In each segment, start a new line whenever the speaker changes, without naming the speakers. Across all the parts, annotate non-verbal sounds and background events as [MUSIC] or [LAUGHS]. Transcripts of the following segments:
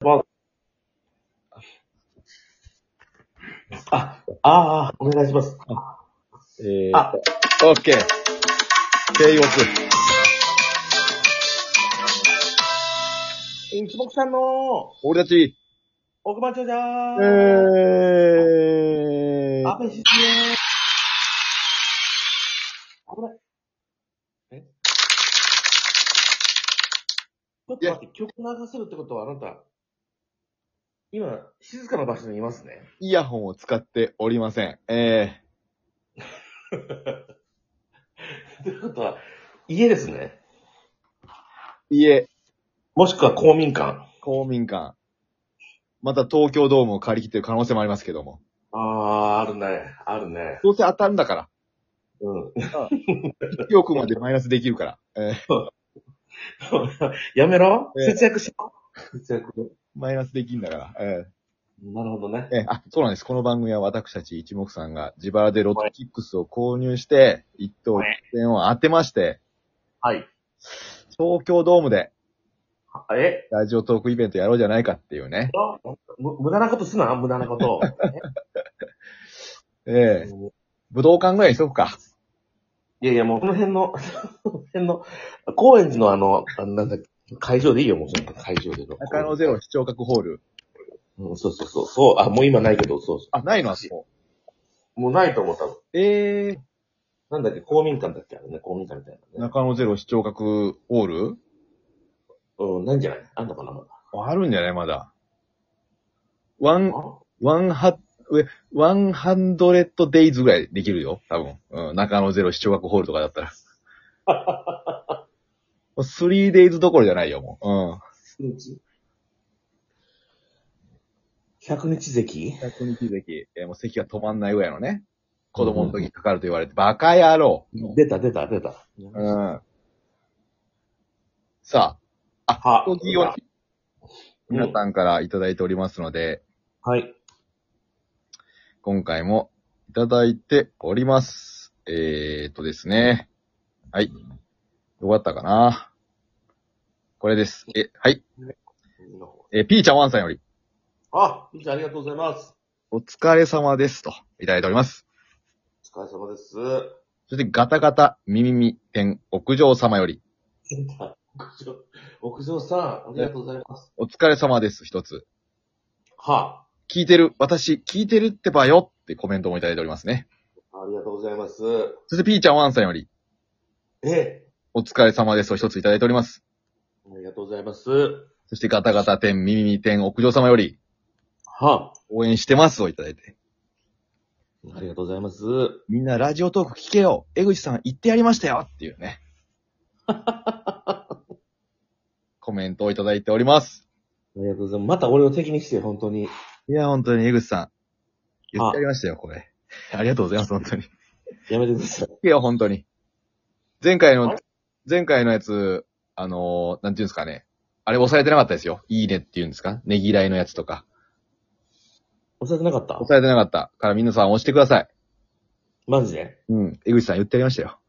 わあ、ああ、お願いします。
えー、
あ、
オッケー。帝国。
一目さんの
俺たち。
奥番長じゃー
え
ん。
ー。
安倍晋三です危ない。えちょっと待って、曲流せるってことはあなた、今、静かな場所にいますね。
イヤホンを使っておりません。え
ということは、家ですね。
ー、家、
もしくは公民館。
公民館。また東京ドームを借り切ってる可能性もありますけども。
ああ、あるね。あるね。
どうせ当たるんだから。
うん。 [LAUGHS]
1億までマイナスできるから。えー、
やめろ、
ええ
節約しろ節約。
マイナスできんだから。え
なるほどね。
ー、えーあ、そうなんです。この番組は私たち一目さんが自腹でロットキックスを購入して、一等一点を当てまして、
はい。
東京ドームで
あえ
ラジオトークイベントやろうじゃないかっていうね。
あむ無駄なことすな、無駄な
[LAUGHS]
こと。
ええ武道館ぐらいにしとくか。
いやいや、もうこの辺の、この辺の、高円寺のあの、あのなんだっけ会場でいいよ、もうその会場での。
中野ゼロ視聴覚ホール。
うん、そうそうそう。そう、あ、もう今ないけど、そうそ
あ、ないのあそこ。
う。もうないと思う、多分。
ええ
なんだっけ、公民館だっけあれね、公民館みたいなね。
中野ゼロ視聴覚ホール
うん、ないんじゃないあんのかな、まだ。
あるんじゃないまだ。ワン、
あ
ワンハえ、ワンハンドレッドデイズぐらいできるよ。多分。うん。中野ゼロ視聴覚ホールとかだったら。 [LAUGHS] スリーデイズどころじゃないよ、もう。
100日 ?100 日席
うん。100日席。えもう席が止まんないぐらいのね。子供の時かかると言われて、バカ野郎。
出た、出た、出た。
うん。さ
は
あ、お次は皆さんからいただいておりますので、
はい。
今回もいただいております。えーっとですね。はい。よかったかなこれです。え、はい。え、ピーちゃんワンさんより、
あ、みーちゃんありがとうございます。
お疲れ様ですと、いただいております。
お疲れ様です。
そして、ガタガタ、ミミミ、天、屋上様より、
屋上、屋上さん、ありがとうございます。
お疲れ様です、一つ。
は
聞いてる、私、聞いてるってばよってコメントもいただいておりますね。
あ、ありがとうございます。
そして、ピーちゃんワンさんより、
え、
お疲れ様ですを一ついただいております。
ありがとうございます。
そしてガタガタ店、ミミミ店、屋上様より、
は
応援してますをいただいて。
あ、ありがとうございます。
みんなラジオトーク聞けよ江口さん言ってやりましたよっていう [LAUGHS] ね。コメントをいただいております。
ありがとうございます。また俺を敵にして、本当に。
いや、本当に江口さん。言ってやりましたよ、これ。 [LAUGHS] ありがとうございます、本当に。聞
やめてください。
けよ、本当に。前回
あ
の
れ、
前回のやつ、あのーなんていうんですかね。あれ押されてなかったですよ。いいねっていうんですかねぎらいのやつとか。
押されてなかった
押されてなかったから皆さん押してください。
マジで
うん。江口さん言ってやりましたよ。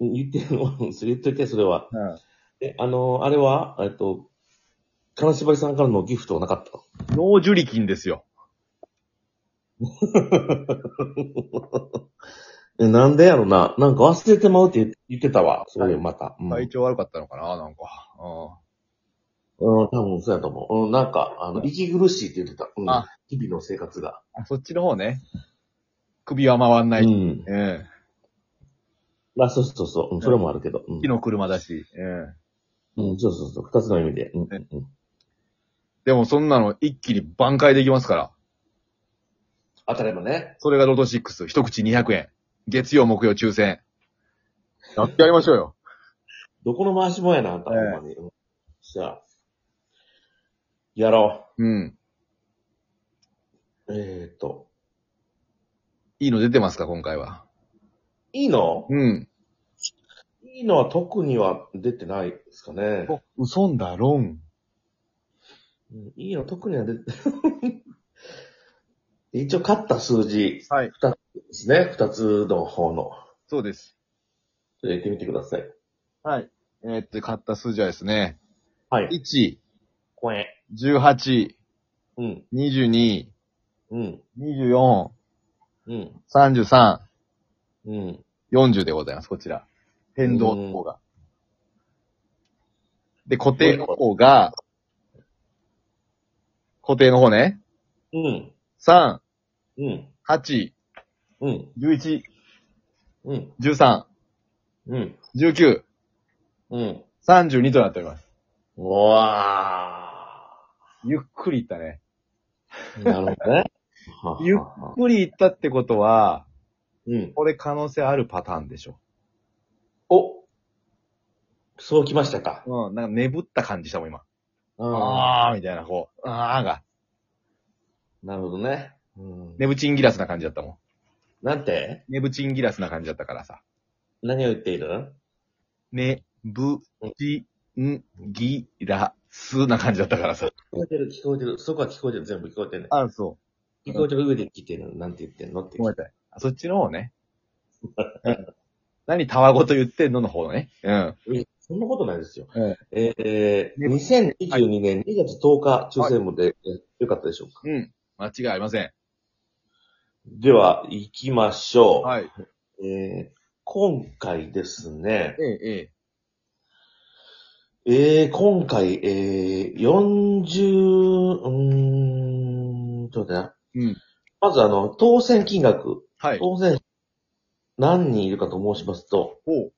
うん言って、うんそれ [LAUGHS] 言っといて、それは。
う
え、あの、あれは、えっと、金縛りさんからのギフトはなかったの
ん。脳受理筋ですよ。
[LAUGHS] え、なんでやろな。なんか忘れてまうって言言ってたわ。そういう、また。うん。
体調悪かったのかななんか。う
うん、多分そうやと思う。うん、なんか、あの、息苦しいって言ってた。うん。
あ
日々の生活が。
ん。あそっちの方ね。首は回んない。
うん。
え
まあ、そうそうそう。うん、それもあるけど。う
え
ん
木。の車だし。ええ
うん、そうそうそう。二つの意味で。うん。
え
うん
でもそんなの一気に挽回できますから。
当たればね。
それがロト6。一口200円。月曜、木曜、抽選。やってやりましょうよ。
どこの回しもやな、あんた、
ええ
ほんまに。うん。じゃあ、やろ
うん。
う。えー、っと、
いいの出てますか今回は。
いいの
うん。
いいのは特には出てないですかね。
うそんだろん。
うんいいの、特には出て、 [LAUGHS] 一応勝った数字
はい。
ですね。二つの方の。
そうです。
ちょっと言ってみてください。
はい。えーっと、買った数字はですね。
はい。
1、
これ。
18、
うん、
22、
うん、
24、
うん、
33、
うん。
40でございます、こちら。変動の方が。で、固定の方が、固定の方ね。
うん、
3、
うん、
8、
うん、
11、
うん、
13、
うん、
19、
うん。
32となっております。
うわ
ゆっくりいったね。
ー。なるほどね。
ゆっくりいったってことは、
うん。
これ可能性あるパターンでしょ。
おそうきましたか。
うん、なんか眠った感じしたもん、今。
ああ。
あーみたいな、こう、あーが、
なるほどね。うん。
ネブチンギラスな感じだったもん。
なんて
ネブチンギラスな感じだったからさ。
何を言っている
ね、ぶ、ち、ん、ぎ、ら、すな感じだったからさ。
聞こえてる、聞こえてる。そこは聞こえてる。全部聞こえてるね。
あ、そ
聞こえてる上で聞いてるの。なんて言ってんのって
う。。ごめんなさい。あそっちの方 [LAUGHS] ね。うん何たわごと言ってんのの方ね。うん。
そんなことないですよ。え
え
えー
ね
2022年2月10日、抽選部で、えよかったでしょうか。
うん。間違いありません。
では、行きましょう。
はい。
えー今回ですね、
ええ、ええ。
えー、今回、えー、40、うーん、ちょっと待ってな。
うん。
まずあの、当選金額、
はい。
当選、何人いるかと申しますと、
おう。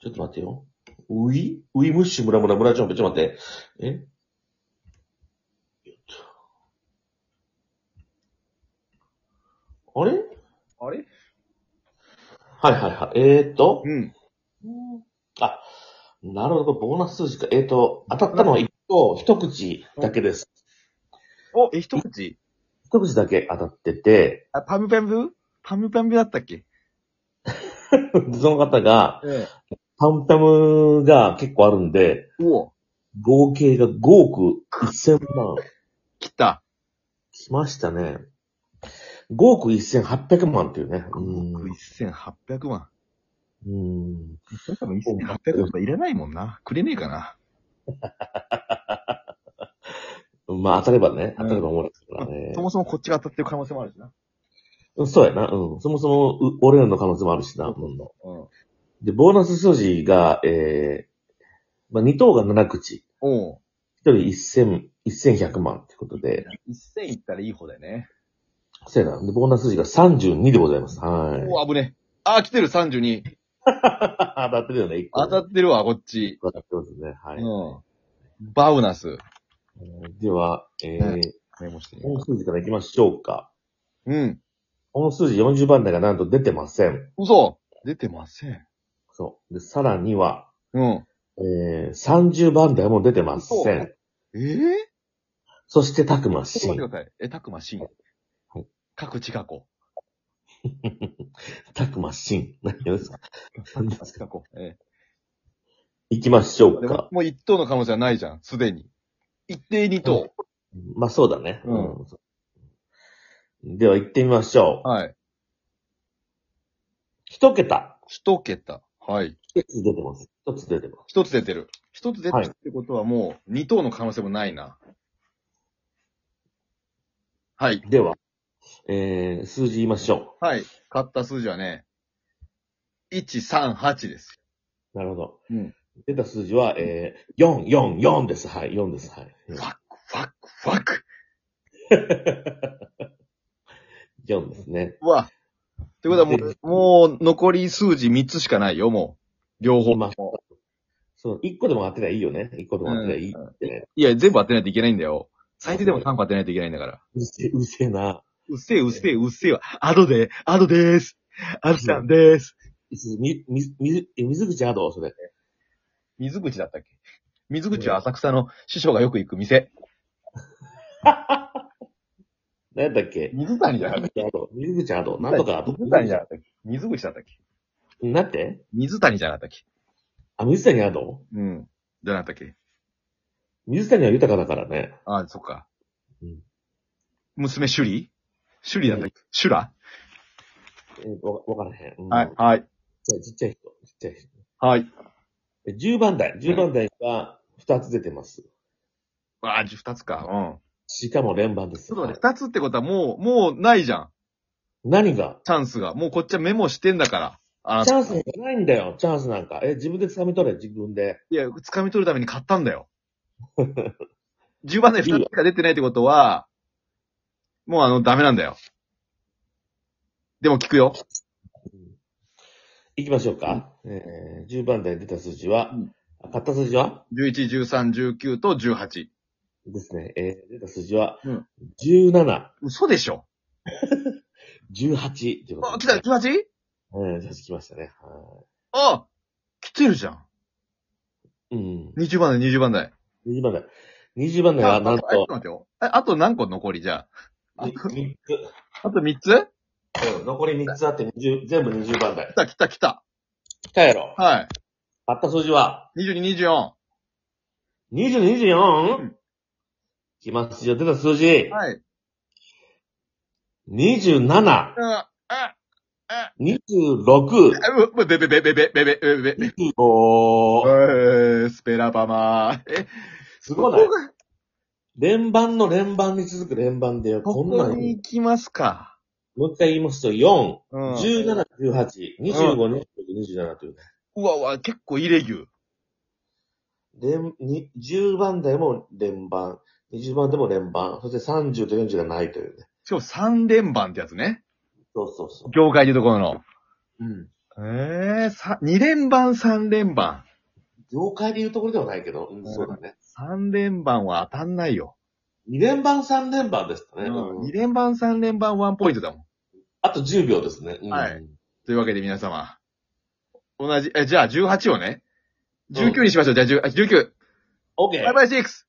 ちょっと待ってよ。ウィウィムッシュムラムラムラジョンベ、ちょっと待って。えよっとあれ
あれ
はいはいはい。えーと、
うん。
あ、なるほど、ボーナス数字か。えっ、と、当たったのは一個、一口だけです。
お、え、一口
一口だけ当たってて、 [LAUGHS]
あ、パムパムパムパムだったっけ
その方が、
ええ。
パンタムが結構あるんで、
うお。
合計が5億1000万。
切った。
来ましたね。5億1800万っていうね。う
僕
ーん
1800万。
うーん。
それ多分1800万とかいらないもんな。くれねえかな。
まあ当たればね、当たればもらえるからね。
そもそもこっちが当たってる可能性もあるしな。
うんそうやな。うん。そもそも、う俺らの可能性もあるしな。うん
うん。
で、ボーナス数字が、えー、まあ2等が7口。
おう。
一人一千、一千百万ってことで、
1000いったらいい方だよね。
せやな。で、ボーナス数字が32でございます。はい。
お、危ねえ。あー、来てる32。
当たってるよね、一個
当たってるわ、こっち。
当たってますね。は
う
い。
ん。バウナス。
では、え
う
ー、
メモしてみよ
本数字からいきましょうか。
う。うん。
本数字40番台がなんと出てません。
嘘出てません。
そう。で、さらには、
うん。
えー、30番台も出てません。
えぇ、
そして、たくま
ち
し
ょっ
ん
と待って。ください。え、たくましん。
い
各地かこ。
たくましん。何です [LAUGHS] か
各地かこ。え
行きましょ
え。
う
でも
か。
もう一等の可能性はないじゃん、すでに。一定二等。
まあ、そうだね。
うん
うんでは、行ってみましょう。
はい。
一桁。
一桁。はい。
一つ出てます。一つ出てます。
一つ出てる。一つ出て
は
る
い
ってことはもう二等の可能性もないな。はい。
では、えー、数字言いましょ
はい。買った数字はね、138です。
う。なるほど。
うん
出た数字は、えー、4、4、4です。はい、4です。はい。
ファック、ファック、ファック。
4ですね。
うわ。ってことはもう、もう残り数字3つしかないよ、もう。両方。
まあ、その、1個でも当てりゃいいよね。1個でも当てりゃいいってね。
いや、全部当てないといけないんだよ。最低でも3個当てないといけないんだから。
うるせえ、うるせえな。
うっせえ、うっせえ、うっせえわ。アドで、アドでーす。アドちゃんでーす。
み、み、み、え水口アドそれ。
水口だったっけ水口は浅草の師匠がよく行く店。
何やったっけ
水谷じゃなかった
水口ア
っ
ド。水口アド。
け
なんとかアド。
水谷じゃなかったっけ水口だったっけ
なんて
水谷じゃなかったっけ
あ、水谷アド
うん。じゃなかったっけ
水谷は豊かだからね。
ああ、そっか。
うん
娘、シュリシュリだったっけシュラ
えー、わわからへん。うん
はい、。はい、
じゃあちっちゃい人。ちっちゃい人。
はい。
え10番台。10番台が、二つ出てます。
わあ、じゃあ二つか。うん。
しかも連番です。
そうだね。二つってことはもう、もうないじゃん。
何が
チャンスが。もうこっちはメモしてんだから。あ
チャ
な
ンスなんかないんだよ、チャンスなんか。え、自分で掴み取れ、自分で。
いや、掴み取るために買ったんだよ。10番で二つしか出てないってことは、もうあの、ダメなんだよ。でも聞くよ。
行きましょうか。えー、10番台に出た数字は、
うん
あ買った数字は
11、13、19と18。
ですね、えー、出た数字は、
うん
17、
嘘でしょ
18ってこ
あ、
と
来
で
た
すね、
!18?
うん、18来ましたね。は
あ来てるじゃん。
いうん。
20番台、20番台。
20番台。20番台はなん
ああちょっ
と
と、待ってよ。えあと何個残りじゃあ。あ
3
と
つ。
あと3つ
うん、残り3つあって20、全部20番台
来。た来た来た。
来たやろ。
は。
買った数字はい
22、24。は
20、24?
うん
来ますよ、出た数字。
い。
27、
うん。あ、あ、
26、
う、うべべべべべべべべべべ。
25。
うースペラパマー。え、
すごない連番の連番に続く連番で、こ
こ
ん
こ
なん
に行きますか。
もう一回言いますと、4、
うん。
17、18、25、26、27というね。
うわうわ、結構イレギュ。
連、に10番台も連番、20番でも連番、そして30と40がないというね。
しかも3連番ってやつね。
そうそうそ
業界でいうところの。
う。うん。
ええー、さ、2連番、3連番。
業界でいうところではないけど、うん、そうだね。
3連番は当たんないよ。
2連番、3連番でしたね。う
2
ん、
連番、3連番、ワンポイントだもん。
あと10秒ですね。うん
はい。というわけで皆様。同じ、え、じゃあ18をね。19にしましょう。じゃあ10あ19。
OK。
バイバイシックス